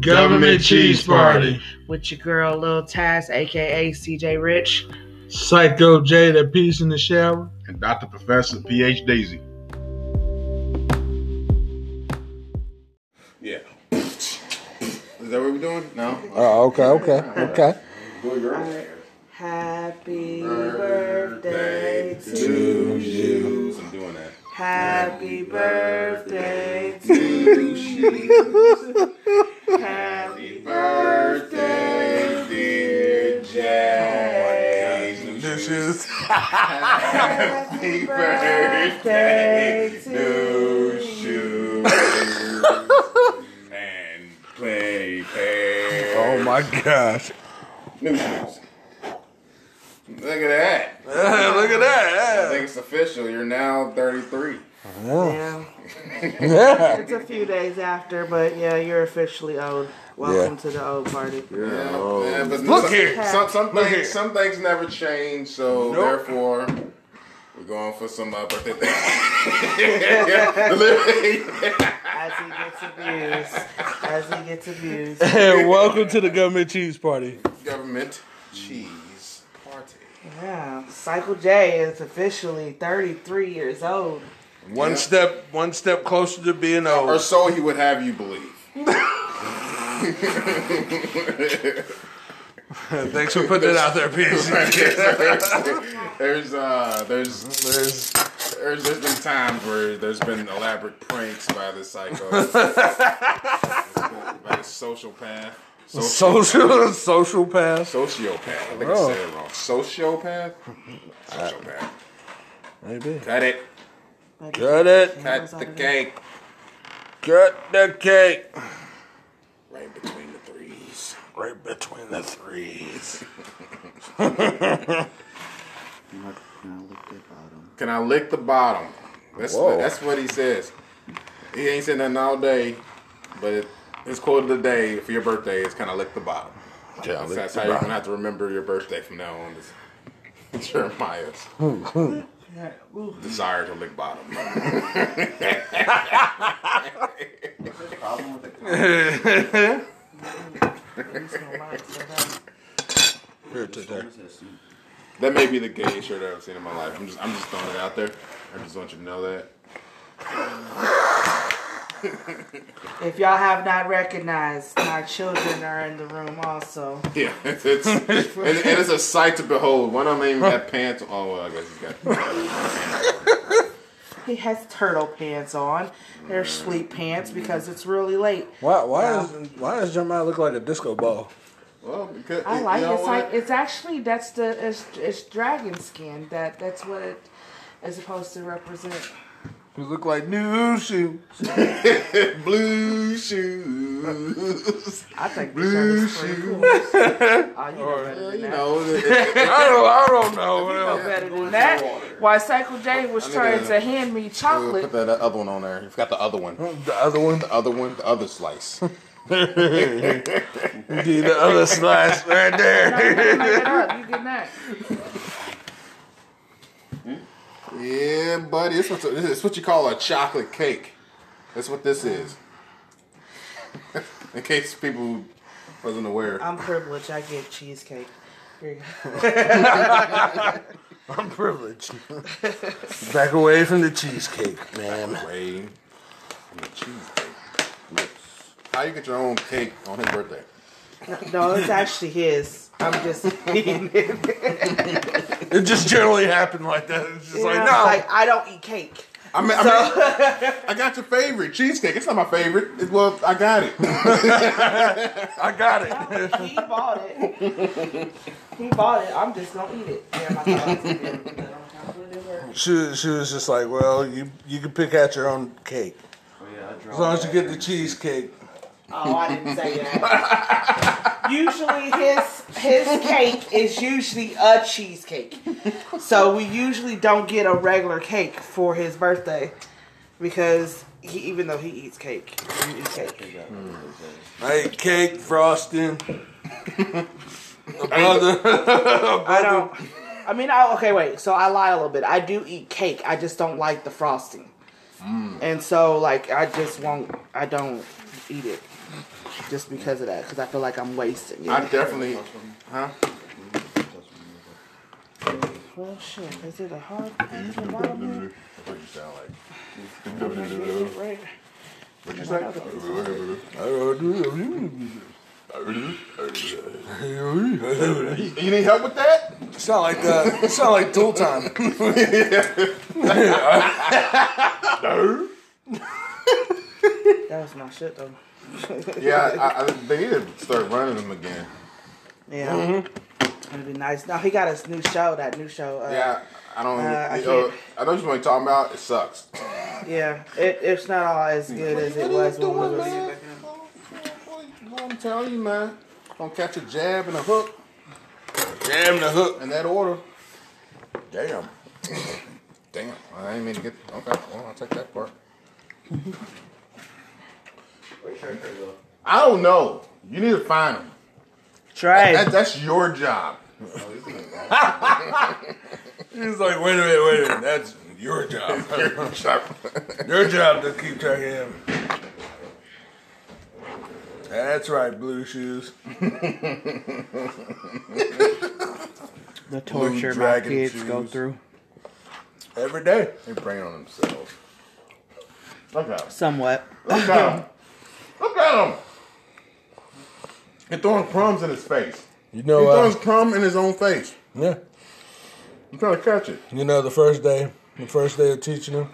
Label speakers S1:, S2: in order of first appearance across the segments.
S1: Government Cheese Party.
S2: with your girl Lil Taz, aka CJ Rich.
S1: Psycho J, that piece in the shower.
S3: and Dr. Professor PH Daisy. Yeah. Is that what we're doing? No.
S4: Oh, okay, okay, okay.
S3: Do it, girl.
S2: Happy birthday
S3: To you. I'm doing that.
S2: Happy birthday
S3: To you.
S2: Happy
S3: Birthday, dear Jay.
S4: This is
S3: Happy birthday to you. and play fair.
S4: oh my gosh.
S3: New shoes. Look at that.
S4: Look at
S3: I
S4: that.
S3: think it's official. You're now 33.
S2: Yeah,
S4: Yeah.
S2: it's a few days after, but yeah, you're officially old. Welcome
S4: Yeah.
S2: to the old party.
S3: Yeah, yeah, but
S4: Oh. Look
S3: some,
S4: here.
S3: Some, some
S4: Look
S3: things,
S4: here.
S3: some things never change, so
S4: Nope.
S3: therefore, we're going for some uh, birthday thing.
S2: As he gets abused, as he gets abused.
S4: And welcome to the government cheese party.
S3: Government cheese party.
S2: Yeah, Cycle J is officially 33 years old.
S4: One
S3: Yeah.
S4: step, one step closer to being
S3: Or
S4: old.
S3: so he would have you believe.
S4: Thanks for putting it out there, PhD.
S3: there's uh, there's
S4: There's-
S3: There's, there's been times where there's been elaborate pranks by the psycho, by the social path, social,
S4: Social, social pass.
S3: sociopath. I think I said it wrong. Sociopath, sociopath.
S4: Maybe.
S3: Cut it.
S4: Cut it.
S3: Cut the cake.
S4: Cut the cake.
S3: Right between the threes.
S4: Right between the threes.
S3: Can I lick the bottom? That's
S4: Whoa.
S3: what, that's what he says. He ain't said nothing all day, but it, his quote of the day for your birthday is "Can I lick the bottom?"
S4: Yeah,
S3: That's, that's how you're gonna have to remember your birthday from now on. Is Jeremiah's desire to lick bottom.
S4: Here today.
S3: That may be the gayest shirt I've ever seen in my life. I'm just I'm just throwing it out there. I just want you to know that.
S2: If y'all have not recognized, my children are in the room also.
S3: Yeah, it's, it's and, and it's a sight to behold. One of them ain't even got pants. on. Oh, well, I guess he's got.
S2: He has turtle pants on. They're sleep pants because it's really late.
S4: Why? Why is? Why does Jeremiah look like a disco ball?
S3: Well, because
S2: I
S3: you
S2: like
S3: know
S2: it's
S3: what?
S2: like it's actually that's the it's, it's dragon skin that that's what it is supposed to represent.
S4: You look like new shoe.
S3: blue shoes.
S2: I think the shirt is pretty cool. Oh, you know better than
S3: You
S2: that.
S3: know, it- it- it-
S4: I don't. I don't know.
S2: You know better than that. Why Cycle J was
S3: I need
S2: trying
S3: to- uh,
S2: to hand me
S3: put
S2: chocolate.
S3: that other one on there. You forgot the other one. The
S4: The other one.
S3: other one, the other slice.
S4: Dude, the other slice right there.
S2: Make it up. You getting that?
S3: Yeah, buddy, it's what, it's what you call a chocolate cake. That's what this is. In case people wasn't aware.
S2: I'm privileged. I get cheesecake. Here you go.
S4: I'm privileged. Back away from the cheesecake, man.
S3: Way from the cheese cake. How you get your own cake on his birthday?
S2: No, it's actually his. I'm just eating it.
S4: It just generally happened like that. It's just like no.
S2: Like, I don't eat cake.
S3: I mean, I, mean, I got your favorite cheesecake. It's not my favorite. It's, well, I got it.
S4: I got it.
S2: he bought it. He bought it. I'm just gonna eat it. Yeah, my thoughts.
S4: She, was- she was just like, well, you you can pick out your own cake as long as you get the cheesecake.
S2: Oh, I didn't say that. usually, his his cake is usually a cheesecake. So we usually don't get a regular cake for his birthday because he, even though he eats cake, he eats cake.
S4: I ate cake frosting. A brother.
S2: I don't. I mean, I, okay, wait. So I lie a little bit. I do eat cake. I just don't like the frosting. And so, like, I just won't. I don't eat it. just because of that, because I feel like I'm wasting it.
S3: I definitely, huh?
S2: well, shit, is it a hard is it a bottom here?
S3: That's what you sound like.
S2: Right.
S3: What you say? You need help with that?
S4: Sound like uh, it sound like tool time.
S2: That was my shit though.
S3: Yeah, I, I, they need to start running them again.
S2: Yeah. It'd be nice. No, he got his new show, that new show. Uh,
S3: Yeah, I don't.
S2: Uh, I
S3: you know,
S2: can't-
S3: I know what you're talking about. It sucks.
S2: Yeah. It, it's not all as good as it was when we was
S3: man? Oh, oh, oh, I'm telling you, man. Gonna catch a jab and a hook
S4: Damn the hook.
S3: in that order. Damn. Damn. I didn't mean to get. Okay, well, I'll take that part. I don't know. You need to find them.
S2: Trey.
S3: That, that's your job.
S4: He's like, wait a minute, wait a minute. That's your job.
S3: Your job.
S4: Your job to keep track of him. That's right, blue shoes.
S2: The
S4: torture my dragon kids go shoes.
S2: through.
S4: Every day.
S3: they bring it on themselves. Look at 'em.
S2: Somewhat.
S3: Look at him. Look at him. He's throwing crumbs in his face.
S4: You
S3: He's
S4: know,
S3: throwing
S4: uh,
S3: crumb in his own face.
S4: yeah.
S3: I'm trying to catch it.
S4: You know, the first day, the first day of teaching him,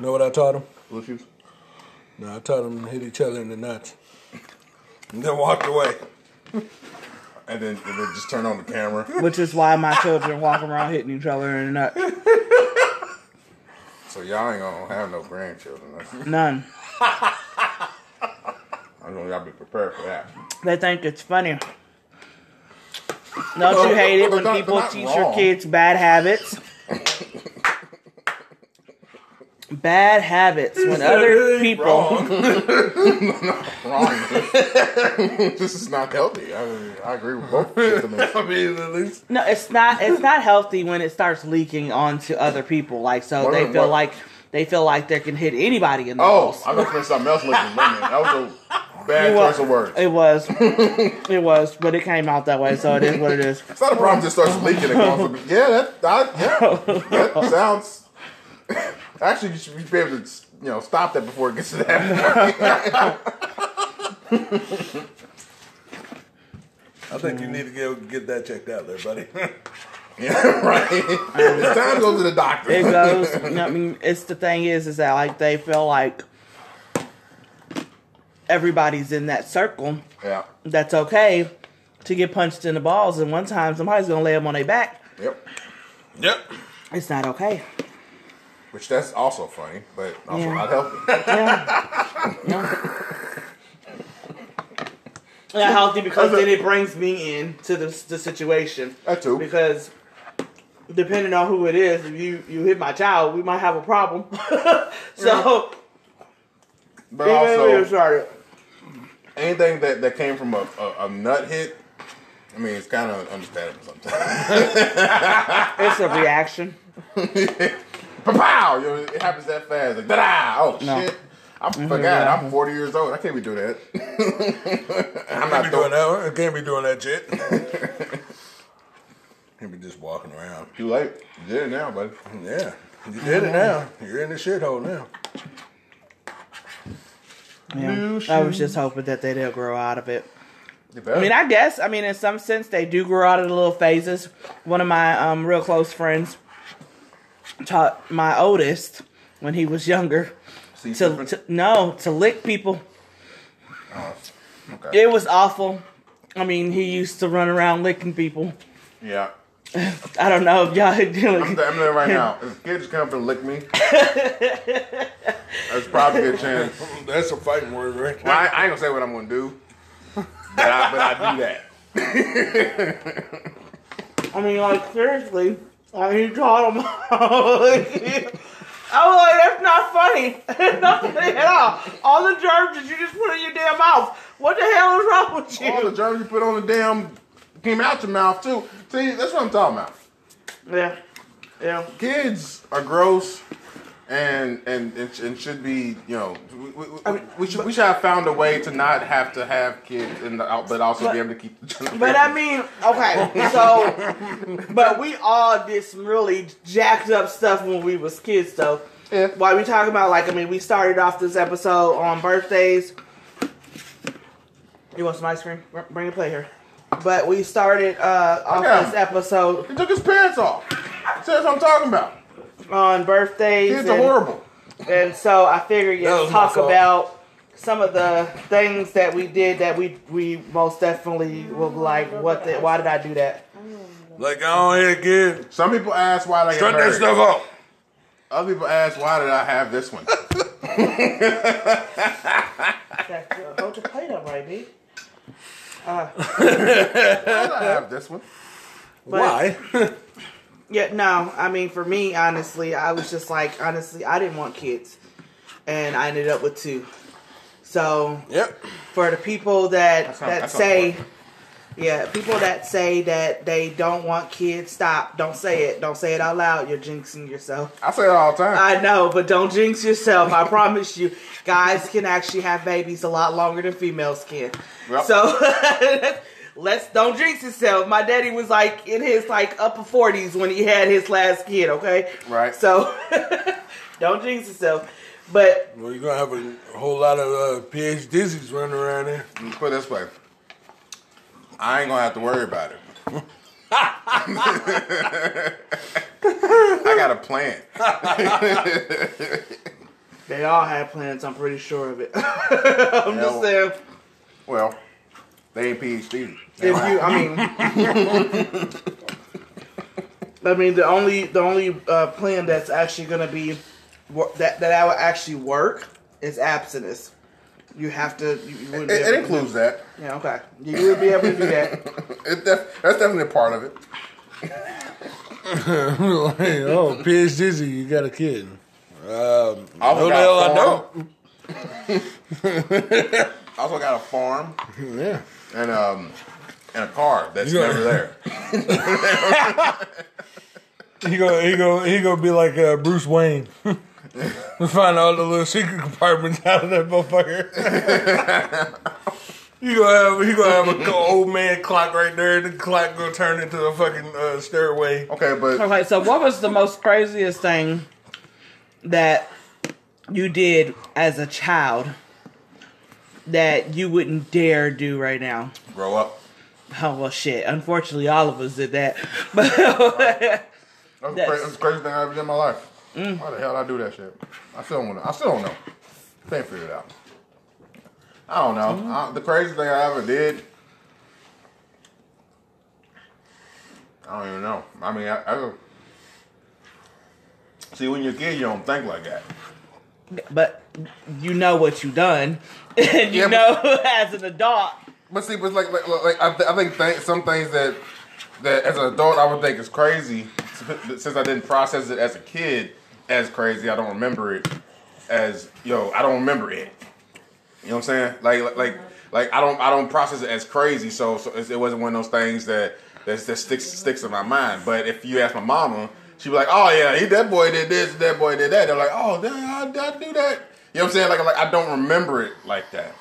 S4: you know what I taught him?
S3: Blue shoes.
S4: No, I taught him to hit each other in the nuts. And then walked away.
S3: And then, and then just turn on the camera
S2: Which is why my children walk around hitting each other in the nuts.
S3: so y'all ain't gonna have no grandchildren. I
S2: None.
S3: know y'all be prepared for that.
S2: They think it's funny. Don't you hate it
S3: They're
S2: when
S3: not-
S2: people
S3: they're not
S2: teach your
S3: wrong.
S2: kids bad habits? bad habits when other people
S3: Wrong. this is not healthy. I, I agree with both. of you.
S4: I mean, at least.
S2: no it's not it's not healthy when it starts leaking onto other people like so
S3: What-
S2: they feel
S3: what-
S2: like they feel like they can hit anybody in the
S3: Oh,
S2: face.
S3: I was gonna say something else. Looking, that was a bad
S2: Well,
S3: choice of words.
S2: It was. it was, but it came out that way, so it is what it is.
S3: It's not a problem. Just starts leaking. And going from, yeah, that, I, yeah, that sounds. Actually, you should be able to you know stop that before it gets to that.
S4: I think you need to go get that checked out there, buddy.
S3: yeah, right. It's time to go to the doctor.
S2: It goes. you know, I mean, it's the thing is, is that like they feel like everybody's in that circle.
S3: Yeah.
S2: That's okay to get punched in the balls, and one time somebody's gonna lay them on their back.
S3: Yep.
S4: yep.
S2: It's not okay.
S3: Which that's also funny, but also
S2: Yeah.
S3: not healthy.
S2: Yeah. No. Not healthy because then it brings me in to the, the situation.
S3: That too.
S2: Because depending on who it is, if you, you hit my child, we might have a problem. so
S3: But
S2: even if we
S3: also,
S2: started,
S3: anything that, that came from a, a, a nut hit, I mean, it's kind of understandable sometimes.
S2: it's a reaction.
S3: Pow! You know, it happens that fast. Like, da Oh,
S2: No. Mm-hmm,
S3: shit. I forgot.
S2: yeah.
S3: I'm 40 years old. I can't be doing that. I'm
S4: Can't
S3: not
S4: be
S3: doing
S4: doing that. I can't be doing that shit. Can't be just walking around.
S3: Too late. You did it now, buddy.
S4: Yeah, you did it now. You're in the shithole now.
S2: Yeah. I was just hoping that they did grow out of it.
S3: You better.
S2: I mean, I guess. I mean, in some sense, they do grow out of the little phases. One of my um, real close friends taught my oldest when he was younger
S3: See,
S2: to, to no to lick people.
S3: Oh, okay.
S2: It was awful. I mean, he used to run around licking people.
S3: yeah.
S2: I don't know if y'all.
S3: I'm, th- I'm there right now. If kids come up and lick me, that's probably a good chance.
S4: That's a fighting word right
S3: Well,
S4: there.
S3: I, I ain't gonna say what I'm gonna do, but I, but I do that.
S2: I mean, like seriously, I mean, he taught him. I was like, that's not funny. It's not funny at all. All the germs that you just put in your damn mouth. What the hell is wrong with you?
S3: All the germs you put on the damn came out your mouth too. See, that's what I'm talking about.
S2: Yeah. Yeah.
S3: Kids are gross. and and it, sh- it should be you know we, we, we- we should we should have found a way to not have to have kids and out, but also be able to keep. The children.
S2: But I mean, okay, so, but we all did some really jacked up stuff when we was kids, though.
S3: Yeah.
S2: Why we talking about like I mean, we started off this episode on birthdays. You want some ice cream? Br- Bring a plate here. But we started uh, off
S3: Okay.
S2: this episode
S3: he took his pants off. See, that's what I'm talking about.
S2: on birthdays,
S3: Kids are
S2: and,
S3: horrible.
S2: and so I figured
S4: That
S2: let's
S4: was my
S2: talk
S4: fault.
S2: about some of the things that we did that we we most definitely will be like. What? The, why did I do that?
S4: Like, go ahead, kid.
S3: Some people ask why they get
S4: Shut that
S3: married.
S4: stuff up.
S3: Other people ask why did I have this one?
S2: That- Hold your plate up right, B.
S3: why did I have this one?
S4: Why?
S2: Yeah, no. I mean, for me, honestly, I was just like, honestly, I didn't want kids, and I ended up with two. So
S4: yep.
S2: for the people that
S3: not-
S2: that
S3: that's not
S2: say,
S3: important.
S2: yeah, people that say that they don't want kids, stop. Don't say it. Don't say it out loud. You're jinxing yourself.
S3: I say it all the time.
S2: I know, but don't jinx yourself. I promise you, guys can actually have babies a lot longer than females can.
S3: Yep.
S2: So let's don't jinx yourself. My daddy was like in his like upper forties when he had his last kid. Okay,
S3: Right.
S2: So don't jinx yourself. But
S4: Well, you're gonna have a whole lot of uh, PhDs running around here.
S3: Let me Put it this way, I ain't gonna have to worry about it. I got a plan.
S2: they all had plans. I'm pretty sure of it. I'm just
S3: Yeah.
S2: saying.
S3: Well, they ain't PhD.
S2: If you, I mean, I mean the only the only uh, plan that's actually going to be wor- that that I would actually work is abstinence. You have to. You, you wouldn't
S3: It,
S2: be
S3: it
S2: able to-
S3: includes that.
S2: Yeah, okay. You would be able to do that.
S3: It, that's, that's definitely a part of it.
S4: Like, oh, PhDs, you got a kid. Um, no, the
S3: Also got
S4: hell I
S3: a
S4: don't.
S3: farm. also got a farm
S4: Yeah.
S3: and um and a car that's
S4: You got-
S3: never there.
S4: He go, he go, he go be like uh, Bruce Wayne. we find all the little secret compartments out of that motherfucker. you gonna have, he gonna have a co- old man clock right there. The clock gonna turn into a fucking uh, stairway.
S3: Okay, but
S2: Okay, so what was the most craziest thing that you did as a child that you wouldn't dare do right now?
S3: grow up.
S2: Oh well, shit. Unfortunately, all of us did that. But
S3: That's, the
S2: That's-
S3: cra- that's the craziest thing I ever did in my life. Why the hell I do that shit? I still don't know. I still don't know. Can't figure it out. I don't know. I, the craziest thing I ever did. I don't even know. I mean, I, I see when you're a kid, you don't think like that.
S2: but you know what you done, and you
S3: Yeah,
S2: know
S3: but-
S2: as an adult.
S3: But see, but like, like, like I, th- I think th- some things that that as an adult I would think is crazy, since I didn't process it as a kid as crazy, I don't remember it as yo, I don't remember it. You know what I'm saying? Like, like, like, like I don't, I don't process it as crazy. So, so it's- it wasn't one of those things that that, that sticks sticks in my mind. But if you ask my mama, she'd be like, "Oh yeah, he, that boy did this, that boy did that." They're like, "Oh, damn, I, I do that." You know what I'm saying? Like, like I don't remember it like that.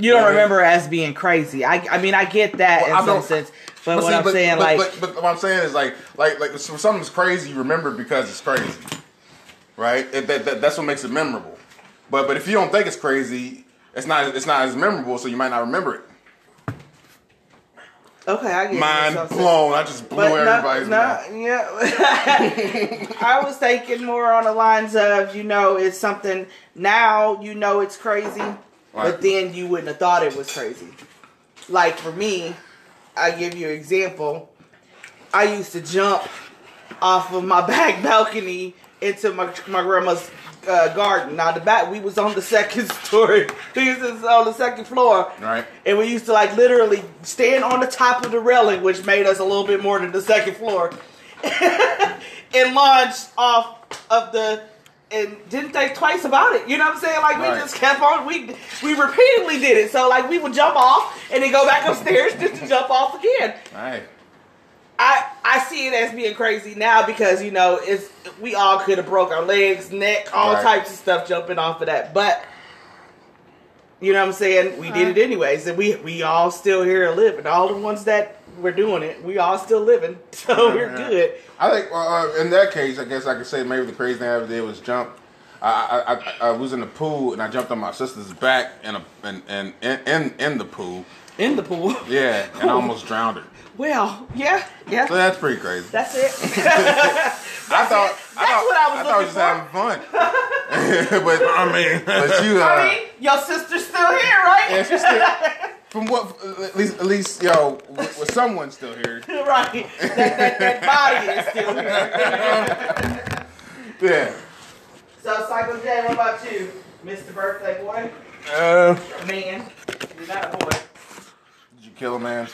S2: You don't
S3: Yeah.
S2: remember as being crazy. I, I mean, I get that
S3: Well, I
S2: in some
S3: don't-
S2: sense, but, what
S3: see,
S2: I'm saying, like,
S3: but, but what I'm saying is like, like, like, so something's crazy. You remember it because it's crazy, right? It, that, that, that's what makes it memorable. But, but if you don't think it's crazy, it's not, it's not as memorable. So you might not remember it.
S2: okay, I get
S3: Mind
S2: what you're saying.
S3: blown. I just blew
S2: But no,
S3: everybody's
S2: no,
S3: mind.
S2: yeah. I was thinking more on the lines of, you know, it's something now you know it's crazy, but
S3: Right.
S2: then you wouldn't have thought it was crazy. Like for me, I give you an example. I used to jump off of my back balcony into my my grandma's uh, garden. Now the back we was on the second story. We was on the second floor.
S3: Right.
S2: And we used to like literally stand on the top of the railing, which made us a little bit more than the second floor, and launch off of the. And didn't think twice about it. You know what I'm saying? Like we
S3: Right.
S2: just kept on. We we repeatedly did it. So like we would jump off and then go back upstairs just to jump off again.
S3: All right.
S2: I I see it as being crazy now because you know it's we all could have broke our legs, neck, all
S3: Right.
S2: types of stuff jumping off of that. But you know what I'm saying? We did it anyways, and we we all still here and living. All the ones that were doing it, we all still living, so we're
S3: Yeah.
S2: good.
S3: I think uh, uh, in that case, I guess I could say maybe the crazy thing I ever did was jump. I, I, I, I was in the pool and I jumped on my sister's back in a in in in, in the pool.
S2: In the pool.
S3: Yeah, and I almost drowned her.
S2: Well, yeah, yeah.
S3: So that's pretty crazy.
S2: That's it.
S3: I thought I
S2: That's
S3: thought,
S2: what I was
S3: thought
S2: looking
S3: just having fun. but I mean, but you. Uh,
S2: I mean, your sister's still here, right?
S3: yeah, she's still- from what? At least, at least, yo, w- w- someone's still here.
S2: right. That, that, that body is still here.
S3: Yeah.
S2: So, Psycho J, what about you, Mr. Birthday Boy?
S4: Uh,
S2: Man, you're not a boy.
S3: Did you kill a man?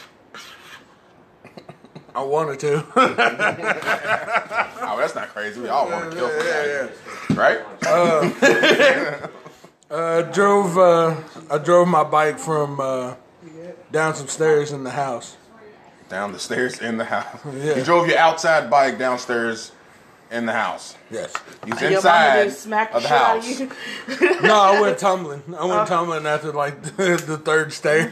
S4: I wanted to.
S3: Oh, that's not crazy. We all want to kill,
S4: yeah, yeah.
S3: somebody, right?
S4: Uh, drove. Uh, I drove my bike from uh, down some stairs in the house.
S3: Down the stairs in the house.
S4: Yeah.
S3: You drove your outside bike downstairs in the house.
S4: Yes.
S3: You was
S2: And your mama
S3: inside
S2: didn't smack the
S3: of the
S2: shit out of
S3: house.
S2: you.
S4: No, I went tumbling. I
S2: Uh-huh.
S4: went tumbling after like the, the third stair.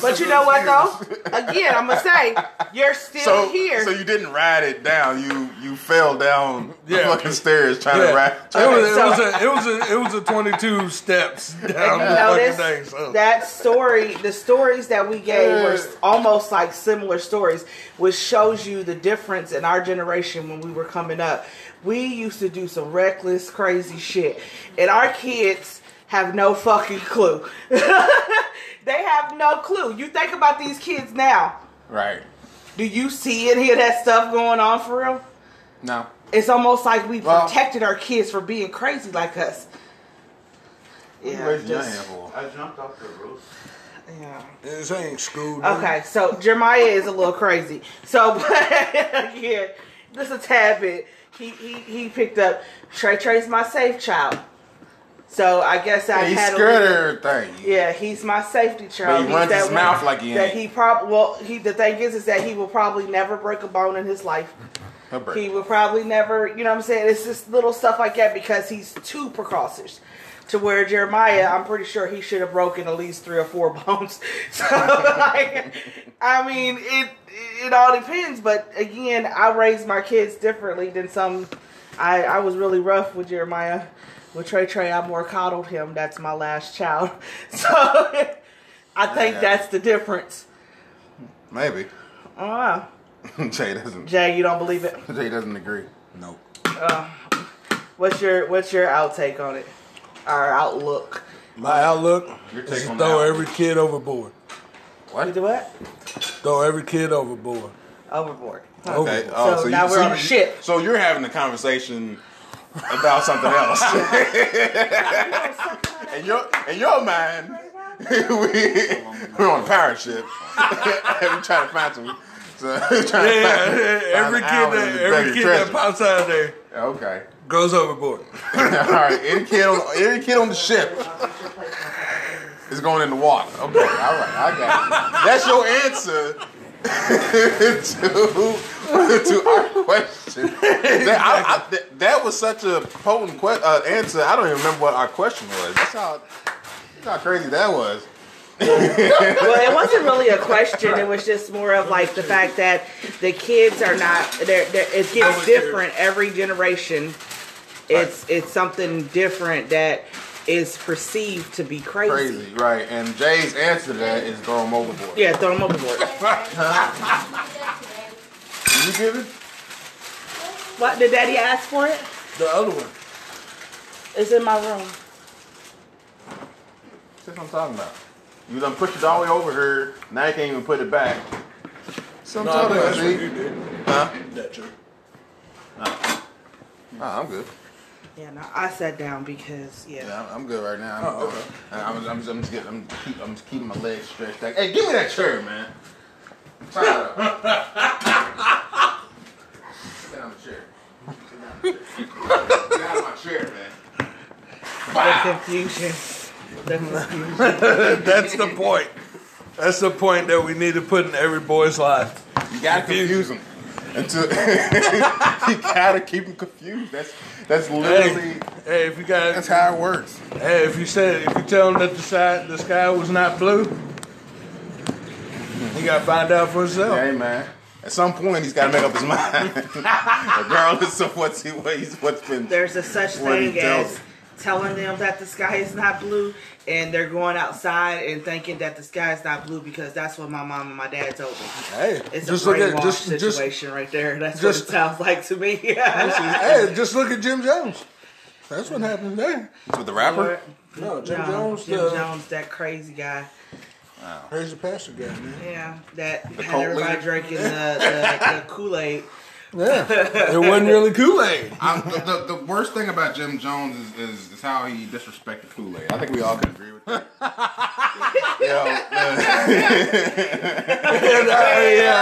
S2: But you know what, though? Again, I'm going to say, you're still
S3: So,
S2: here.
S3: so you didn't ride it down. You you fell down the
S4: Yeah.
S3: fucking stairs trying to
S4: Yeah.
S3: ride.
S4: It was, it was a it was a it was a twenty two steps down the fucking
S2: notice
S4: thing. So.
S2: that story the stories that we gave were s- almost like similar stories which shows you the difference in our generation when we were coming up we used to do some reckless crazy shit and our kids have no fucking clue they have no clue you think about these kids now
S3: right.
S2: do you see and hear that stuff going on for real
S3: No.
S2: it's almost like we
S3: Well-
S2: protected our kids from being crazy like us yeah,
S3: Raise your hand
S2: just,
S3: for.
S5: I jumped off the roof.
S2: yeah.
S4: This ain't school. dude.
S2: Okay, so Jeremiah is a little crazy. So again, just a tad bit. He he, he picked up Trey Trey's my safe child. So I guess I
S3: He
S2: had a
S3: scared
S2: little-
S3: of everything.
S2: Yeah, he's my safety
S3: But
S2: child.
S3: he
S2: He's
S3: runs
S2: that
S3: his
S2: one
S3: mouth like he
S2: that
S3: ain't.
S2: he probably well he the thing is is that he will probably never break a bone in his life.
S3: He'll break.
S2: He will probably never, you know what I'm saying? It's just little stuff like that because he's too precautious. To where Jeremiah, I'm pretty sure he should have broken at least three or four bones. So, like, I mean, it it all depends. But again, I raised my kids differently than some. I I was really rough with Jeremiah. With Trey Trey, I more coddled him. That's my last child. So, I think
S3: Yeah.
S2: that's the difference.
S3: Maybe.
S2: Uh,
S3: Jay doesn't.
S2: Jay, you don't believe it?
S3: Jay doesn't agree.
S4: Nope.
S2: What's your what's your outtake on it? Our outlook.
S4: My outlook
S3: Your take
S4: is to
S3: on
S4: throw
S3: that.
S4: every kid overboard.
S2: You do what?
S4: Throw every kid overboard.
S2: Overboard. Huh.
S3: Okay.
S4: Overboard.
S3: Oh,
S2: So
S3: so, you,
S2: now we're
S3: so
S2: on
S3: you-
S2: shit.
S3: So you're having a conversation about something else. in your in your mind, we we're on a pirate ship. and we're trying to find some. So, we're trying
S4: Yeah,
S3: to
S4: yeah, yeah.
S3: find, find
S4: every
S3: an
S4: kid
S3: island
S4: that
S3: to
S4: every
S3: bury
S4: kid
S3: treasure.
S4: that pops out of there
S3: Okay.
S4: goes overboard.
S3: All right. Any kid on any kid on the ship is going in the water. Okay. All right. I got it. That's your answer to to our question. That, I- I- that- that was such a potent que- uh, answer. I don't even remember what our question was. That's how that's how crazy that was.
S2: Well, it wasn't really a question. It was just more of like the fact that the kids are not. They're, they're, it gets different every generation. It's it's something different that is perceived to be crazy.
S3: Crazy, right? And Jay's answer to that is throw him overboard.
S2: Yeah, throw them overboard.
S3: Did you give it?
S2: What did Daddy ask for it?
S4: The other one.
S2: It's in my room.
S3: That's what I'm talking about. You done pushed it all the way over here. Now you can't even put it back. So I'm
S4: No, I
S3: talking
S4: think
S3: about,
S4: that's what
S3: G.
S4: you did.
S3: Huh?
S4: That's true.
S3: Nah, I'm good.
S2: Yeah, no, I sat down because yeah.
S3: Yeah, I'm, I'm good right now. I'm,
S4: Oh, okay.
S3: I'm, I'm, just, I'm, just getting, I'm, just keep, I'm just keeping my legs stretched out. Hey, give me that chair, man. I'm tired of it. Sit down in the chair. Sit down in my chair, man.
S2: The confusion. The confusion.
S4: That's the point. That's the point that we need to put in every boy's life.
S3: You gotta confuse them. until you gotta keep them confused. That's that's literally
S4: Hey, hey, if you got,
S3: that's how it works.
S4: hey, if you said, if you tell them that the side, the sky was not blue, he got to find out for himself.
S3: Hey man, at some point he's gotta make up his mind, regardless of what's he what he's what's been.
S2: There's a such
S3: What he
S2: thing as
S3: tells.
S2: telling them that the sky is not blue, and they're going outside and thinking that the sky is not blue because that's what my mom and my dad told me.
S4: Hey,
S2: It's
S4: just
S2: a
S4: look at
S2: brainwash
S4: just just
S2: situation right there. That's
S4: just-
S2: what it sounds like to me.
S4: hey, just look at Jim Jones. That's what happened there.
S3: With the rapper,
S2: Or-
S4: No, Jim
S2: no,
S4: Jones, uh,
S2: Jim
S4: the
S2: Jones, that crazy guy.
S4: crazy pastor guy, man.
S2: Yeah, that had
S3: cult
S2: everybody
S3: leader.
S2: drinking the, the, the Kool Aid.
S4: Yeah, it wasn't really Kool Aid.
S3: I'm, the, the, the worst thing about Jim Jones is, is, is how he disrespected Kool Aid. I think we all can agree with that. Yo, uh,
S4: yeah,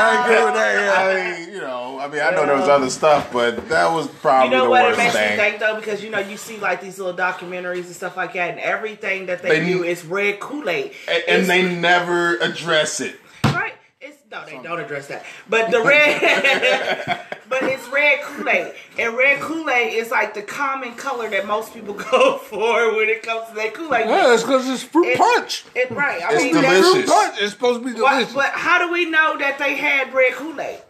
S4: I agree with that. Yeah.
S3: I mean, you know, I mean, I know there was other stuff, but that was
S2: You
S3: probably
S2: know
S3: the
S2: what it
S3: worst
S2: makes me
S3: thing.
S2: think though, because you know you see like these little documentaries and stuff like that, and everything that they,
S3: They-
S2: do is red Kool Aid.
S3: And, and they never address it.
S2: Right? It's no, they don't address that. But the red, but it's red Kool Aid, and red Kool Aid is like the common color that most people go for when it comes to their Kool Aid.
S4: Yeah, it's because it's fruit punch.
S2: It, right? I
S3: It's
S2: mean, that-
S3: delicious.
S4: Fruit punch is supposed to be
S2: But,
S4: delicious.
S2: but how do we know that they had red Kool Aid?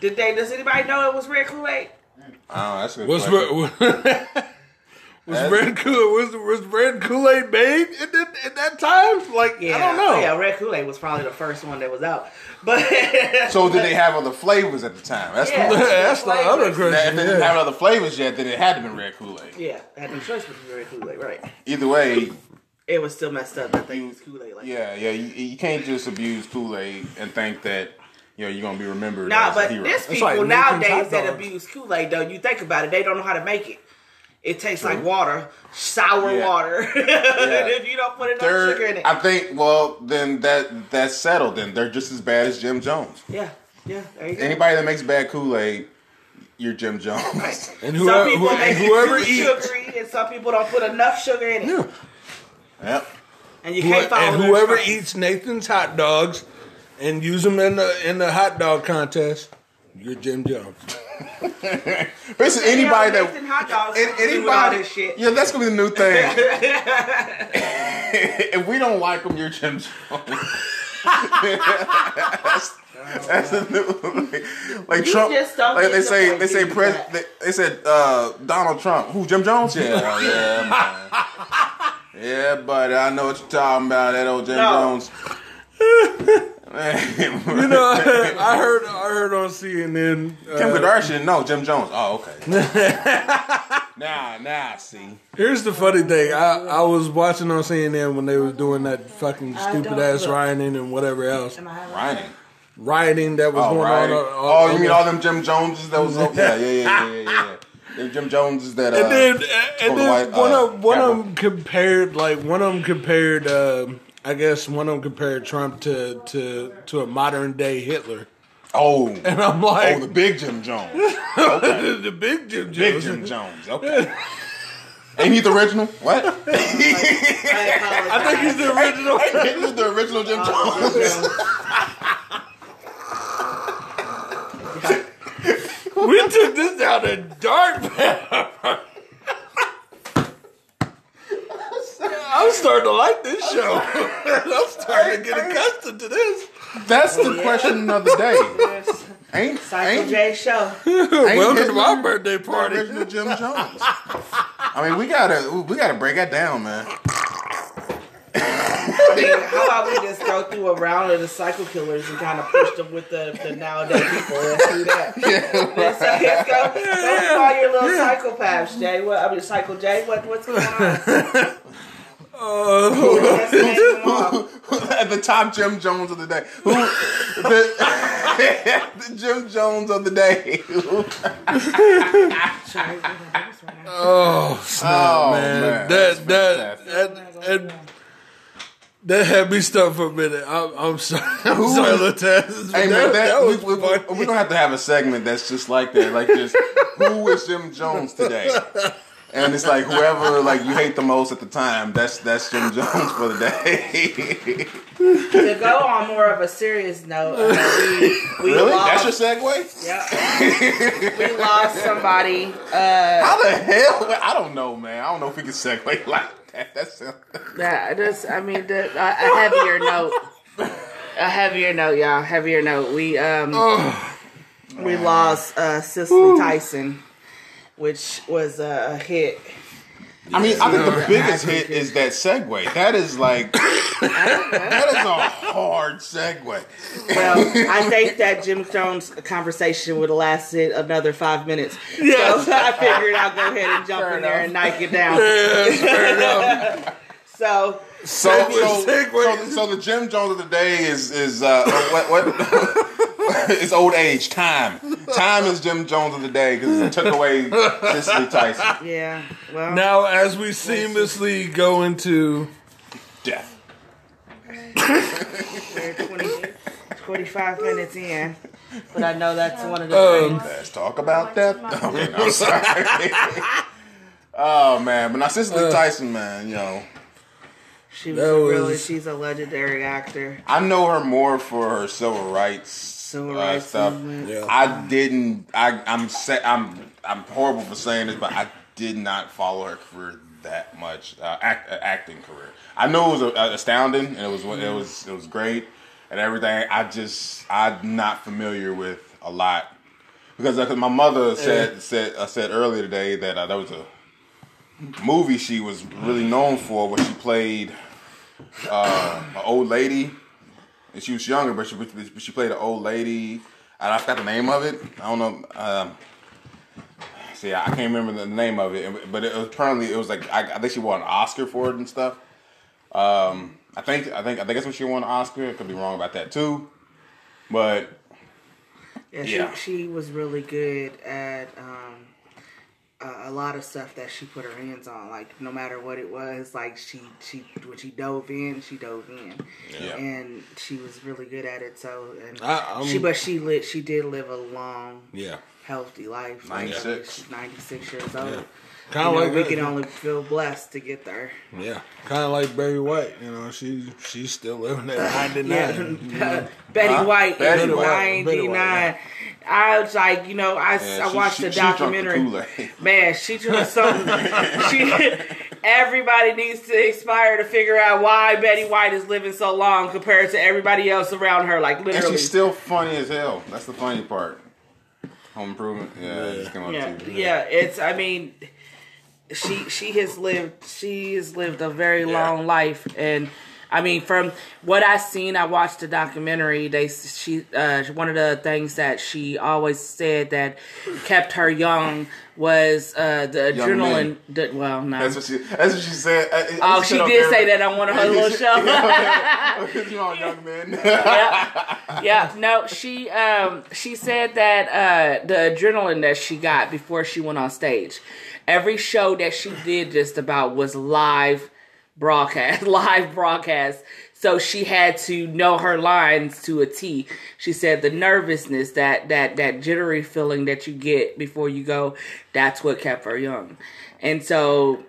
S2: Did they? Does anybody know it was red Kool Aid?
S3: Oh, that's a good
S4: What's
S3: question.
S4: red? Was red Kool was was red Kool Aid made at that, at that time? Like I don't know.
S2: Oh, yeah, red Kool Aid was probably the first one that was out. But
S3: So did they have other flavors at the time? That's
S2: Yeah.
S3: the,
S4: That's the
S2: Flavors.
S4: other
S3: that, if
S4: question.
S3: they didn't
S4: yeah.
S3: have other flavors yet, then it had to been red Kool Aid.
S2: yeah, had no choice but to be red Kool Aid, right?
S3: Either way,
S2: It was still messed up that they used Kool Aid like. that.
S3: yeah, yeah, you, you can't just abuse Kool Aid and think that you know you're gonna be remembered
S2: Nah,
S3: as
S2: but
S3: a hero.
S2: this
S4: It's
S2: people
S4: like Nathan's
S2: nowadays
S4: hot
S2: that
S4: dogs.
S2: abuse Kool Aid, though, you think about it, they don't know how to make it. It tastes like water, sour
S3: Yeah.
S2: water. if you don't put enough
S3: They're-
S2: sugar in it,
S3: I think. Well, then that that's settled. Then they're just as bad as Jim Jones.
S2: yeah, yeah, there you go.
S3: Anybody that makes bad Kool Aid, you're Jim Jones.
S2: Right.
S4: And whoever- who- and
S2: it
S4: whoever
S2: too
S4: eats-
S2: sugary, and some people don't put enough sugar in it,
S3: Yep.
S2: and you
S4: Who-
S2: can't follow.
S4: and
S2: their
S4: whoever
S2: instructions.
S4: eats Nathan's hot dogs and use them in the in the hot dog contest, you're Jim Jones.
S3: Basically,
S2: You know,
S3: anybody that
S2: Nathan hot dogs
S3: And
S2: do with all
S3: anybody,
S2: this shit.
S3: yeah, that's gonna be the new thing. if we don't like them, you're Jim Jones. that's, that's the new like, like
S2: You
S3: Trump.
S2: just don't
S3: like
S2: get
S3: they
S2: the
S3: say,
S2: point,
S3: they say
S2: do
S3: pres.
S2: that.
S3: They, they said uh, Donald Trump. Who Jim Jones? Yeah, yeah, man. yeah, buddy. I know what you're talking about. That old Jim
S2: No.
S3: Jones.
S4: You know, I heard I heard on CNN.
S3: Kim
S4: Uh,
S3: Kardashian? No, Jim Jones. Oh, okay. nah, nah. See,
S4: here's the funny thing: I, I was watching on CNN when they was doing that fucking
S2: I
S4: stupid
S2: don't
S4: ass
S2: look.
S4: rioting and whatever else
S2: Am I right?
S3: Ryan.
S4: rioting that was
S3: Oh,
S4: going on.
S3: right.
S4: on-
S3: oh, you
S4: on-
S3: mean all them Jim Joneses that was? yeah, yeah, yeah, yeah, yeah. yeah. Them Jim Joneses that. Uh,
S4: and then, and then
S3: white, uh,
S4: one of one of
S3: Gabriel.
S4: them compared like one of them compared um, I guess one of them compared Trump to to to a modern day Hitler,
S3: oh,
S4: and I'm
S3: oh,
S4: like
S3: the big Jim Jones,
S4: the, big Jim
S3: big
S4: Jones.
S3: Jim Jones. Okay. Ain't he the original? What?
S2: I
S4: I think he's the original.
S3: Hitler's the original Jim Jones.
S4: we took this down a dark path. I'm starting to like this show. I'm starting to get accustomed to this.
S3: That's the question of the day. Ain't
S2: Michael
S3: ain't,
S2: J. Show.
S4: Welcome to
S3: Hitler
S4: my birthday
S3: the
S4: party.
S3: original Jim Jones? I mean, we gotta we gotta break that down, man.
S2: I mean, how about we just go through a round of the cycle killers and kind of push them with the, the nowadays people? Let's do that. Let's, let's go. Go through all your little psychopaths, Jay. What I mean, Psycho Jay. What what's going on?
S4: Uh,
S2: Let's name them all.
S3: At the top Jim Jones of the day. Who the, the Jim Jones of the day.
S4: Oh,
S2: Sorry, I don't have this right now.
S4: Oh, snap,
S3: Oh,
S4: man.
S3: man.
S4: That, that,
S3: That's
S4: that, that, that had me stumped for a minute. I'm, I'm sorry. I'm sorry, Latas.
S3: Hey man, that,
S4: was
S3: we, we,
S4: funny.
S3: we, are gonna have to have a segment that's just like that, like just who is Jim Jones today? and it's like whoever like you hate the most at the time, that's that's Jim Jones for the day.
S2: to go on more of a serious note, uh, we, we
S3: really?
S2: lost.
S3: That's your segue?
S2: Yep. we lost somebody. Uh,
S3: How the hell? I don't know, man. I don't know if we can segue like that. That's
S2: that just, I mean, the, a, a heavier note. A heavier note, y'all. Heavier note. We um, we lost uh, Cicely Tyson, which was a, a hit.
S3: I mean, I think the biggest hit is that segue. That is like that is a hard segue.
S2: Well, I think that Jim Jones conversation would have lasted another five minutes. So I figured I'll go ahead and jump in there and knock it down.
S4: fair enough.
S2: So
S3: So, so,
S4: Segue.
S3: so, so the Jim Jones of the day is is uh, what what. It's old age. Time. Time is Jim Jones of the day because it took away Cicely Tyson.
S2: yeah, well,
S4: Now, as we seamlessly go into
S3: Death.
S2: we're 20, 45 minutes in, but I know that's one of the
S4: Um,
S2: things.
S3: Let's talk about death. Okay, no, I'm sorry. oh man, but now Cicely Tyson, man, you know,
S2: She was,
S4: that
S2: a really,
S4: was-
S2: she's a legendary actor.
S3: I know her more for her civil rights
S2: Civil
S3: uh,
S2: rights
S3: stuff.
S2: movement.
S4: Yeah.
S3: I didn't. I, I'm sa- I'm I'm horrible for saying this, but I did not follow her career that much. Uh, act, uh, acting career. I know it was uh, astounding, and it was it
S2: Mm-hmm.
S3: was it was great and everything. I just I'm not familiar with a lot because uh, 'cause my mother said said uh, said earlier today that uh, that was a movie she was really known for where she played uh, an old lady and she was younger, but she but she played an old lady. And I forgot the name of it. I don't know. Um, see, I can't remember the name of it, and- but it was, apparently it was like I, I think she won an Oscar for it and stuff. Um, I think I think I think that's when she won an Oscar. I could be wrong about that too, but
S2: Yeah,
S3: Yeah.
S2: She, she was really good at um, a, a lot of stuff that she put her hands on. Like no matter what it was, like she she when she dove in, she dove in,
S3: Yeah.
S2: and she was really good at it. So and
S4: I- I'm-
S2: she but she lit she did live a long
S4: yeah,
S2: healthy life.
S3: 96.
S2: ninety six years old.
S4: kind of
S2: You know,
S4: like
S2: we
S4: that.
S2: can only feel blessed to get there.
S4: yeah, kind of like Barry White. You know, she she's still living at ninety nine.
S2: Yeah. Betty White
S3: Betty
S2: in
S4: White. Betty
S2: 99.
S4: White,
S2: I was like, you know, I,
S3: yeah,
S2: I
S3: she-
S2: watched
S3: she-
S2: the
S3: she drunk
S2: documentary.
S3: Kool-Aid.
S2: Man, she just so she. Everybody needs to expire to figure out why Betty White is living so long compared to everybody else around her. Like
S3: and
S2: literally,
S3: she's still funny as hell. That's the funny part. Home Improvement. Yeah, it just came on
S2: yeah,
S3: TV.
S2: yeah. It's I mean, she she has lived she has lived a very
S3: Yeah.
S2: long life, and I mean from what I seen, I watched the documentary. They she uh, one of the things that she always said that kept her young was uh, the
S3: Young
S2: adrenaline.
S3: men.
S2: The, well, no.
S3: That's what she. That's what she said. I- I-
S2: Oh,
S3: I
S2: she
S3: said on
S2: did
S3: every-
S2: say that on one of her little shows.
S3: you know, young men.
S2: yeah. yeah. No, she um she said that uh the adrenaline that she got before she went on stage. Every show that she did just about was live broadcast, live broadcast. So she had to know her lines to a T. She said the nervousness, that that that jittery feeling that you get before you go, that's what kept her young. And so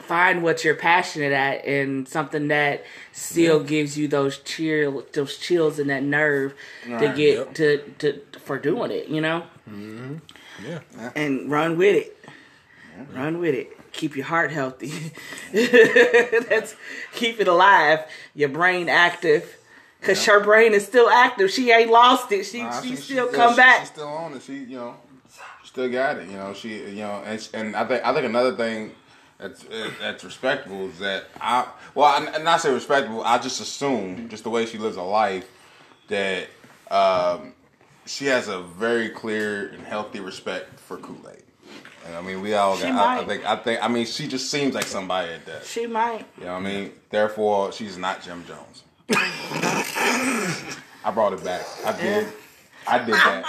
S2: find what you're passionate at and something that still gives you those chill those chills and that nerve to get
S4: Yep.
S2: to, to for doing it you know
S4: Yeah,
S2: and run with it run with it keep your heart healthy that's keep it alive your brain active because her brain is still active she ain't lost it she,
S3: I
S2: she
S3: think
S2: still
S3: yeah,
S2: come
S3: she-
S2: back
S3: She's still on it. She, you know, she still got it. You know, she, you know, and, she, and I think I think another thing that's uh, that's respectable is that I well, I, am not say respectable. I just assume just the way she lives her life that um, she has a very clear and healthy respect for Kool Aid. And I mean, we all
S2: She
S3: got. I, I
S2: might.
S3: think. I think. I mean, she just seems like somebody at that.
S2: she might
S3: You know what I mean? Therefore, she's not Jim Jones. I brought it back. I did. I did that.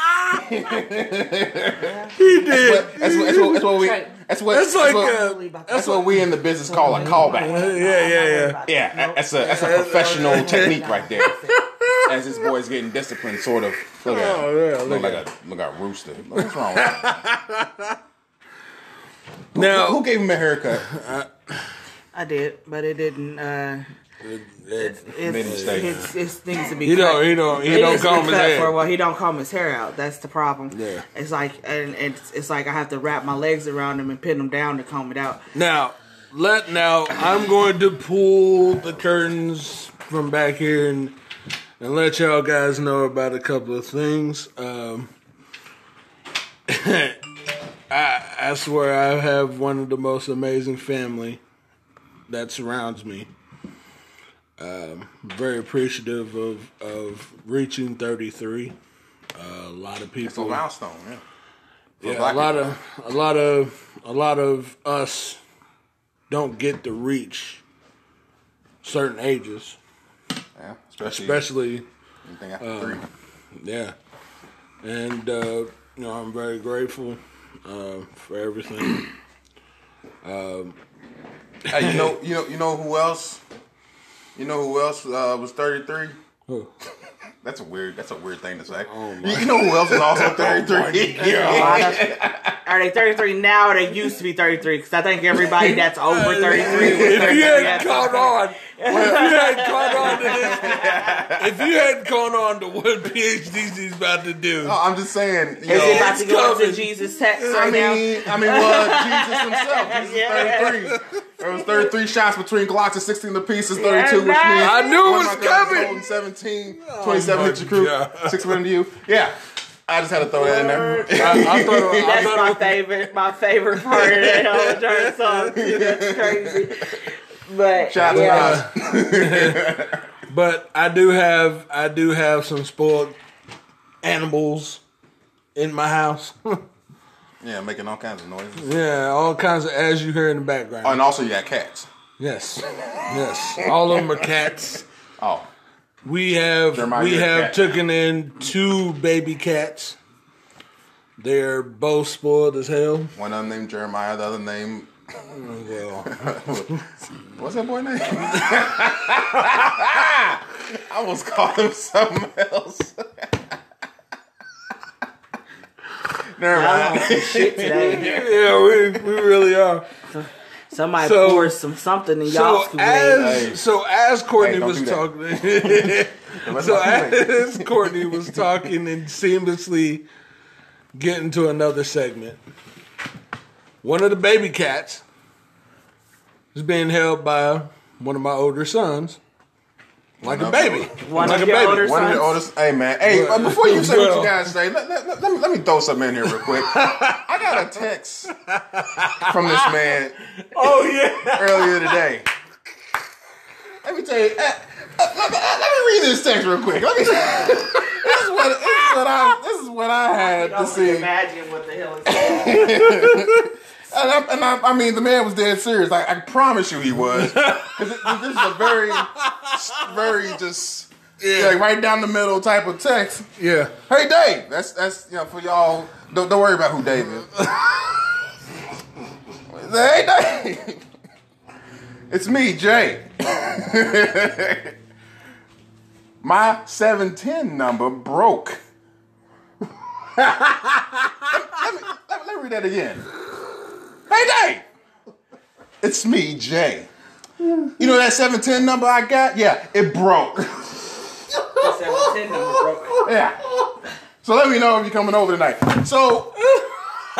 S3: he did. That's what, that's what, that's what we. That's what.
S4: That's
S3: That's,
S4: like, uh,
S3: what, that's what we in the business call a callback.
S4: yeah, yeah, yeah.
S3: Yeah, that- that's a that's a professional technique right there. As this boy's getting disciplined, sort of. Look at him.
S4: Oh, yeah,
S3: look,
S4: look
S3: like a look like a rooster. What's wrong? with him?
S4: Now,
S5: Who gave him a haircut?
S2: I did, but it didn't. Uh, it's, it's,
S3: mistake.
S2: it's, it's things to be.
S4: He
S2: cut.
S4: don't- he don't- he
S2: It
S4: don't
S2: is to be
S4: comb his
S2: cut
S4: hair.
S2: For a while. He don't comb his hair out. That's the problem.
S4: Yeah.
S2: It's like and it's, it's like I have to wrap my legs around him and pin him down to comb it out.
S4: Now, let now I'm going to pull the curtains from back here and and let y'all guys know about a couple of things. Um, I I swear I have one of the most amazing family that surrounds me. Um, very appreciative of of reaching 33. Uh, a lot of people
S3: It's a milestone, yeah. For
S4: yeah,
S3: black
S4: a lot
S3: people.
S4: of a lot of a lot of us don't get to reach certain ages,
S3: yeah, especially, uh,
S4: especially
S3: anything after three.
S4: yeah. And uh, you know, I'm very grateful uh, for everything.
S3: Hey, you know, you know, you know who else? You know who else uh, was thirty three?
S4: Who?
S3: That's a weird. That's a weird thing to say.
S4: Oh
S3: you, you know who else is also thirty three?
S2: A lot of- Are they 33 now or they used to be 33? Because I think everybody that's over 33 was 33.
S4: If you
S2: at
S4: hadn't
S2: some
S4: caught on,
S2: point.
S4: if you hadn't caught on to this, if you hadn't caught on to what PhD's about to do,
S3: No, I'm just saying. You
S2: Is
S3: know,
S2: it about to go
S4: coming.
S2: into Jesus text
S3: I
S2: right now?
S3: mean, I mean, well, Jesus himself. Jesus is 33.
S2: Yeah.
S3: There was 33 shots between Glocks and 16 apiece is 32, which means
S2: I
S4: knew it
S3: one
S4: was
S3: of my guys
S4: coming. Oh
S3: holding 17, 27
S4: my
S3: hit your crew,
S4: God.
S3: six went into you. Yeah, I just had to throw that in there.
S4: I, I thought I
S2: That's
S4: thought
S2: my favorite, my favorite part of that whole Drake song. too. That's crazy. But
S3: Shout out to
S2: yeah,
S3: Nas.
S4: But I do have I do have some spoiled animals in my house.
S3: Yeah, making all kinds of noises.
S4: yeah, all kinds of as you hear in the background.
S3: And also, you got cats.
S4: yes, yes, all of them are cats.
S3: Oh,
S4: We have
S3: Jeremiah,
S4: we
S3: you're a
S4: have
S3: cat.
S4: taken in two baby cats. They're both spoiled as hell.
S3: one of them named Jeremiah, the other name.
S4: Well,
S3: What's that boy name? I almost called him something else. Never
S2: I'm on
S3: mind.
S2: some shit today.
S4: yeah, we, we really are.
S2: Somebody
S4: So-
S2: poured some something in y'all's
S4: So
S2: Kool-Aid.
S4: as
S3: Hey.
S4: so as Courtney
S3: Hey, don't
S4: was
S3: do
S4: talking,
S3: Let's
S4: so
S3: not do it.
S4: as Courtney was talking and seamlessly getting to another segment, one of the baby cats is being held by one of my older sons, like a
S3: Another
S4: baby,
S2: One
S4: like
S2: of your older
S3: One of the oldest. Hey man. Hey,
S4: Well-
S3: but before you say what
S4: well.
S3: you guys say, let, let, let, me, let me throw something in here real quick. I got a text from this man
S4: Oh yeah,
S3: earlier today. Let me tell you. Uh, uh, let, me- uh, let me read this text real quick. Let me. this is what this is what I this is what I had
S2: I
S3: to
S2: don't
S3: see.
S2: imagine what the hell is going on.
S3: And, I, and I, I mean, the man was dead serious. Like, I promise you, he was. 'Cause it- this is a very, very just like right down the middle type of text.
S4: yeah.
S3: Hey, Dave. That's that's you know for y'all. Don't, don't worry about who Dave is. hey, Dave. It's me, Jay. My seven ten number broke. let, me, let, me, let me read that again. Hey, Dave. It's me, Jay. You know that seven ten number I got? Yeah, it broke.
S2: Seven, ten number broke.
S3: Yeah. So let me know if you're coming over tonight. So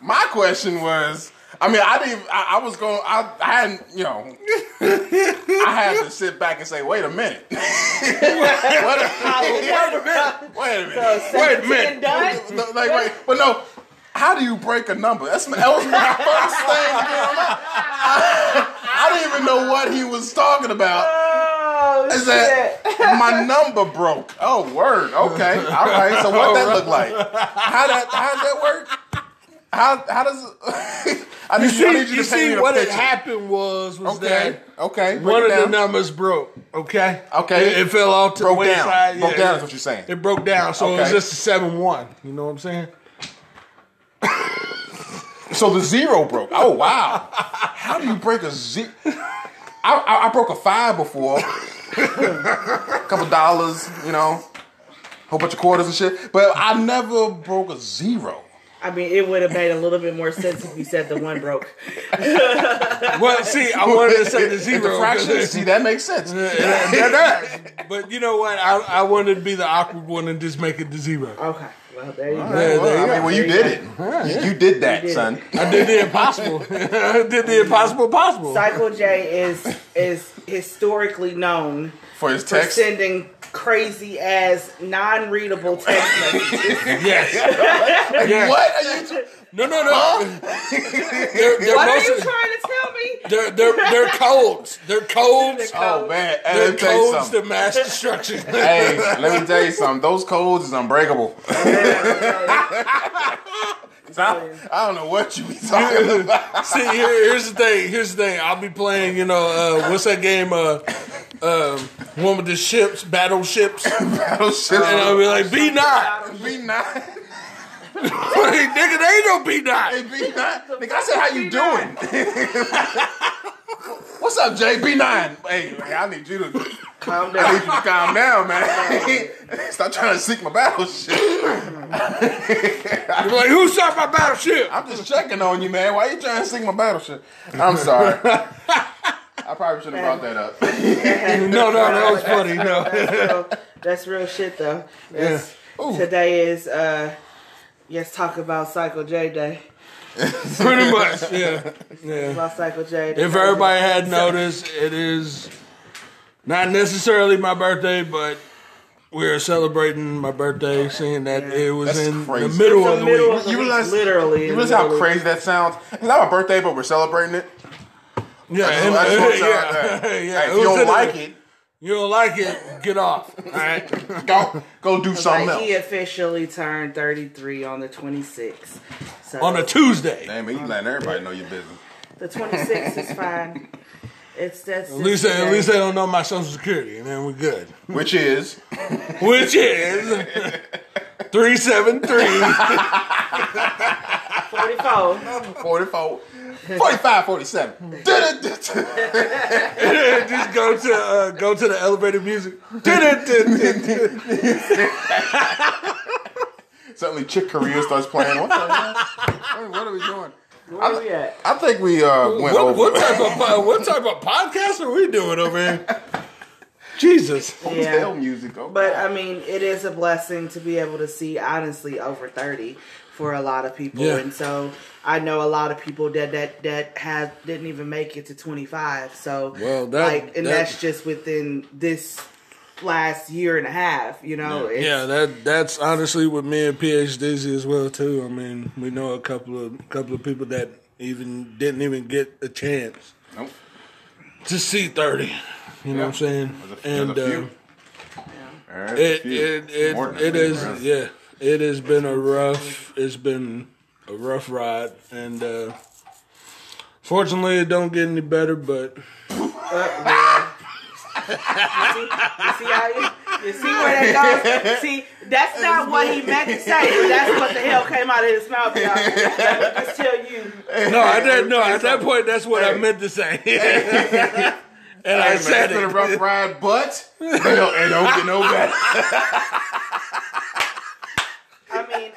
S3: my question was, I mean, I didn't. I, I was going. I, I hadn't. You know, I had to sit back and say, wait a minute. wait a minute. Wait a minute.
S4: Wait a minute.
S2: Seven, ten done?
S3: No, like, wait, but no. How do you break a number? That's my, that was my first thing. Damn, I, I didn't even know what he was talking about.
S2: Oh,
S3: Is that
S2: shit.
S3: my number broke? Oh, word. Okay. All right. So what that look like? How that how does that work? How how does I need you, I need
S4: See, you
S3: you, to paint me
S4: see
S3: the
S4: what had
S3: picture.
S4: happened was was
S3: Okay.
S4: that
S3: Okay. break
S4: one of
S3: it
S4: the
S3: down.
S4: numbers broke. Okay.
S3: Okay.
S4: It, it fell off to the
S3: broke down.
S4: wayside.
S3: Broke
S4: yeah,
S3: down
S4: yeah.
S3: is what you're saying.
S4: It broke down, so it was
S3: Okay.
S4: just a seven one. You know what I'm saying?
S3: So the zero broke. Oh wow. How do you break a zero? I, I, I broke a five before. a couple dollars, you know, whole bunch of quarters and shit. But I never broke a zero.
S2: I mean, it would have made a little bit more sense if you said the one broke.
S4: Well, see, I wanted to say the
S3: It's a
S4: zero.
S3: fraction. See, that makes sense.
S4: but you know what? I, I wanted to be the awkward one and just make it the zero.
S2: Okay, well there you go.
S4: Yeah, there
S3: Well,
S4: you
S3: I mean, well, you did it. You- You did that,
S2: did
S3: son.
S4: I did the impossible. I did the impossible possible.
S2: Cycle J is is historically known
S3: For his
S2: for
S3: text.
S2: sending crazy ass non-readable text messages.
S4: Yes. yes.
S3: What are you? T-
S4: No, no, no. they're, they're,
S2: what are
S4: mostly-
S2: you trying to tell me?
S4: they're, they're, they're codes. They're codes.
S3: oh man, hey, let
S4: They're
S3: me tell you
S4: codes
S3: something.
S4: to mass destruction.
S3: Hey, let me tell you something. Those codes is unbreakable. 'Cause I, I don't know what you be talking about.
S4: See, here, here's the thing. Here's the thing. I'll be playing. You know, uh, what's that game? Uh, um, one with the ships, battleships, and
S3: Battleship.
S4: I'll be like, "Be not,
S3: be not.
S4: Hey, nigga. There ain't no be not."
S3: Hey, B9. Nigga, I said, how you doing? What's up, Jay? B9. Hey, man, I need you to,
S2: Calm
S3: I
S2: down.
S3: need you to calm down, man. Stop trying to seek my battleship.
S4: I'm like, "Who shot my battleship?"
S3: I'm just checking on you, man. Why you trying to seek my battleship? I'm sorry. I probably should have brought that up.
S4: No, no, that was funny. No.
S2: That's real, that's real shit though. Yes. Today is uh yes talk about Cycle J Day.
S4: Pretty much, yeah, yeah.
S2: About Cycle J.
S4: If everybody had noticed, it is not necessarily my birthday, but we are celebrating my birthday, seeing that it was
S3: That's
S4: in the
S3: crazy.
S4: middle
S2: It's
S4: of
S2: the
S4: the
S2: middle
S4: week.
S2: of the
S3: You
S2: week,
S3: realize-
S2: literally.
S3: You
S2: in
S3: realize
S2: the
S3: how
S2: middle of
S3: crazy that sounds? It's not my birthday, but we're celebrating it.
S4: Yeah, and-
S3: Oh, That's what I'm saying.
S4: yeah,
S3: Hey,
S4: yeah.
S3: if
S4: was
S3: you
S4: in
S3: don't
S4: the-
S3: like it,
S4: you don't like it, get off. All right.
S3: go go do something
S2: Like, he
S3: else.
S2: officially turned 33 on the 26th. So
S4: On a Tuesday. At
S3: Damn, man, you letting everybody know your business.
S2: the 26th is fine. It's that's at
S4: least, they, at least they don't know my social security, and then we're good.
S3: Which is
S4: Which is three seven three.
S2: 44.
S3: 44, 45, 47.
S4: Just go to uh, go to the elevator music.
S3: Suddenly, Chick Korea starts playing. What the hell? What what are we doing?
S2: Where we at?
S3: I think we uh, went
S4: What,
S3: over.
S4: what type of po- what type of podcast are we doing over here? Jesus.
S3: Hotel
S2: Yeah.
S3: music. Oh,
S2: But uh, I mean, it is a blessing to be able to see honestly over 30 for a lot of people.
S4: Yeah.
S2: And so I know a lot of people that that that had didn't even make it to 25. So
S4: Well, that-
S2: like and
S4: that-
S2: that's just within this last year and a half, you know. It's-
S4: Yeah, that that's honestly with me and PH Dizzy as well too. I mean, we know a couple of couple of people that even didn't even get a chance
S3: Nope.
S4: to see thirty. You know what I'm saying?
S3: There's a- there's
S4: And
S3: a few.
S4: uh,
S3: There's a
S4: it
S3: few.
S4: it
S3: More than
S4: it,
S3: a
S4: it
S3: few,
S4: is
S3: man.
S4: yeah. It has been a rough it's been a rough ride and uh fortunately it don't get any better but
S2: You see how you, you see where that goes? See, that's not what he meant to say, but that's what the hell came out of his mouth, y'all. Let me just tell you.
S4: No, I didn't know. At that point, that's what I
S3: Hey.
S4: meant to say. and
S3: Hey,
S4: I
S3: man,
S4: said
S3: it's been a
S4: it.
S3: rough ride, but it don't, it don't get no better.
S2: I mean,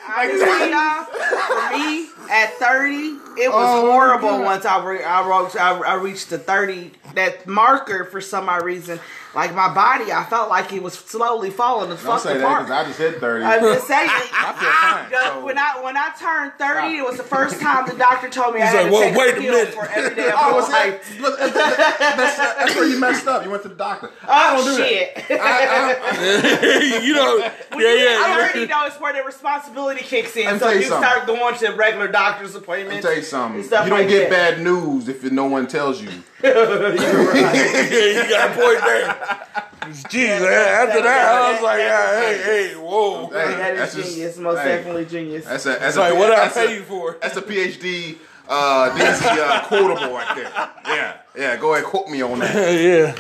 S2: honestly, y'all, for me at 30, it was horrible once I, re- I, wrote, I, I reached the 30, that marker for some odd reason. Like, my body, I felt like it was slowly falling the
S3: Don't
S2: fuck
S3: say that
S2: apart.
S3: because I just hit 30.
S2: I'm just saying.
S3: I feel fine,
S2: The-
S3: so-
S2: When I when I turned thirty, it was the first time the doctor told me I
S4: like,
S2: had
S4: "Well,
S2: to take
S4: wait
S2: a
S4: a
S2: pill
S4: minute."
S2: for every day of
S3: Oh,
S2: my
S3: was
S2: life.
S3: that, but that- that- that's, that's where you messed up. You went to the doctor. I
S2: Oh
S3: don't do
S2: shit!
S3: that. I, I,
S4: you know, yeah,
S2: I
S4: yeah.
S2: already know it's where the responsibility kicks in,
S3: Let me
S2: so
S3: tell you
S2: you
S3: something.
S2: start going to regular doctor's
S3: Let me
S2: appointments.
S3: tell you something. You
S2: and stuff
S3: don't
S2: like
S3: get
S2: that.
S3: bad news if no one tells you.
S4: yeah, you got a point there. Jeez, after that, I was like, yeah, hey, hey, whoa.
S3: Hey,
S2: That is
S3: that's just-
S2: genius, most
S3: hey,
S2: definitely genius.
S3: That's a that's
S4: It's like,
S3: a,
S4: what did I
S3: that's a-
S4: pay you for?
S3: That's a PhD uh, DC uh, quotable right there. Yeah, yeah. Go ahead, quote me on that.
S4: Yeah.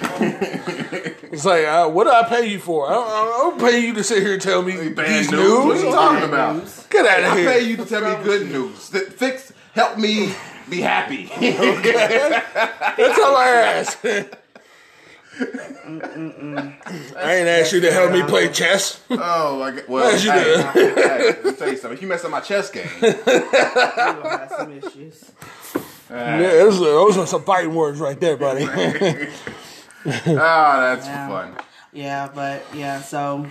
S4: it's like, uh, what do I pay you for? I don't, I don't pay you to sit here and tell me
S3: Bad
S4: these
S3: news. What you
S4: news.
S3: talking about?
S4: Get out of
S3: I
S4: here.
S3: pay you to tell me good news. That fix, help me be happy.
S4: That's all I ask. I ain't asked you to help me play chess.
S3: Oh, my God. Well,
S4: Yes, you
S3: hey, hey, let me tell you something. You messed up my chess game.
S2: You gonna have some issues.
S4: Yeah, those, are- those are some fighting words right there, buddy.
S3: Ah, that's
S2: Yeah.
S3: fun.
S2: Yeah, but yeah, so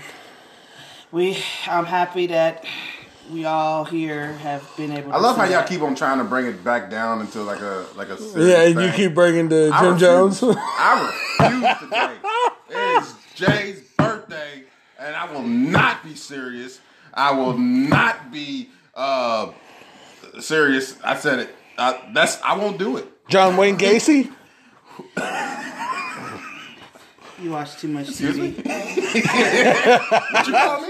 S2: we I'm happy that we all here have been able to
S3: I love
S2: see
S3: how y'all
S2: that.
S3: keep on trying to bring it back down into like a like a. serious
S4: yeah, and you
S3: thing.
S4: keep bringing the
S3: I
S4: Jim
S3: refuse-
S4: Jones.
S3: I refuse today. It is Jay's birthday, and I will not be serious. I will not be uh, serious. I said it. I, that's I won't do it.
S4: John Wayne Gacy?
S2: you watch too much TV.
S3: What you call me?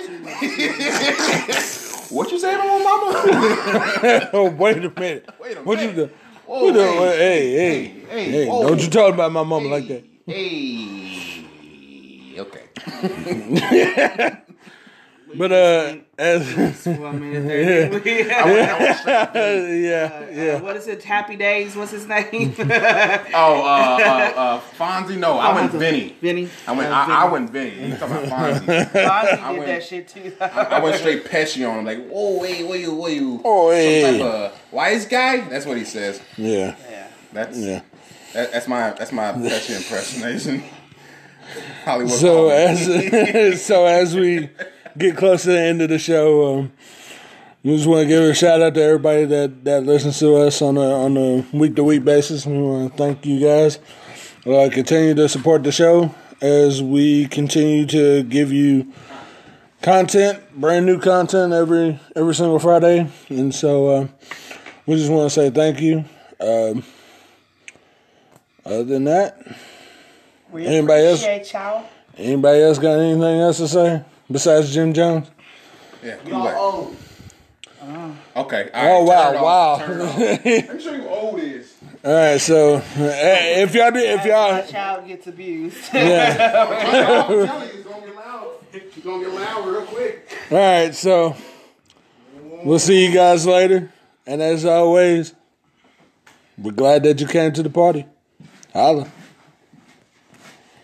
S3: what you say, little mama?
S4: Oh, wait a minute.
S3: Wait a
S4: what
S3: minute.
S4: you do?
S3: Whoa,
S4: what the-
S3: hey,
S4: what- hey, hey,
S3: hey,
S4: hey,
S3: hey, whoa.
S4: don't you talk about my mama like that.
S3: Hey, okay.
S4: But, uh, as,
S2: One minute, thirty.
S4: yeah,
S2: Uh,
S4: yeah.
S2: what is it? Happy Days? What's his name?
S3: Oh, uh, uh, uh, Fonzie? No, I went Vinny.
S2: Vinny.
S3: I went.
S2: Uh,
S3: I, I went Vinny. You talking about Fonzie?
S2: Fonzie
S3: I
S2: did
S3: went-
S2: that shit too.
S3: I went straight Pesci on him, like, whoa, hey, what you, what you?
S4: Oh,
S3: Some
S4: hey.
S3: type of wise guy? That's what he says.
S4: Yeah,
S2: yeah.
S3: That's
S4: yeah.
S3: that, that's my that's my Pesci impersonation. Hollywood.
S4: So
S3: Bowl.
S4: as so as we get close to the end of the show, um, we just want to give a shout out to everybody that, that listens to us on a on a week to week basis. We want to thank you guys. Uh, continue to support the show as we continue to give you content, brand new content every every single Friday. And so uh, we just want to say thank you. Um, other than that.
S2: We
S4: Anybody else?
S2: appreciate y'all.
S4: Anybody else got anything else to say besides Jim Jones?
S3: yeah, cool
S2: Y'all
S3: back.
S2: old.
S3: Okay.
S4: Oh
S3: all right, turn it
S4: wow,
S3: off, turn it off.
S4: wow!
S3: Let me show you who old is.
S4: All right, so eh, if y'all did, if
S2: My
S4: y'all,
S2: child gets abused.
S4: yeah.
S3: I'm telling you, it's gonna get loud. It's gonna get loud real quick.
S4: All right, so we'll see you guys later. And as always, we're glad that you came to the party. Holla.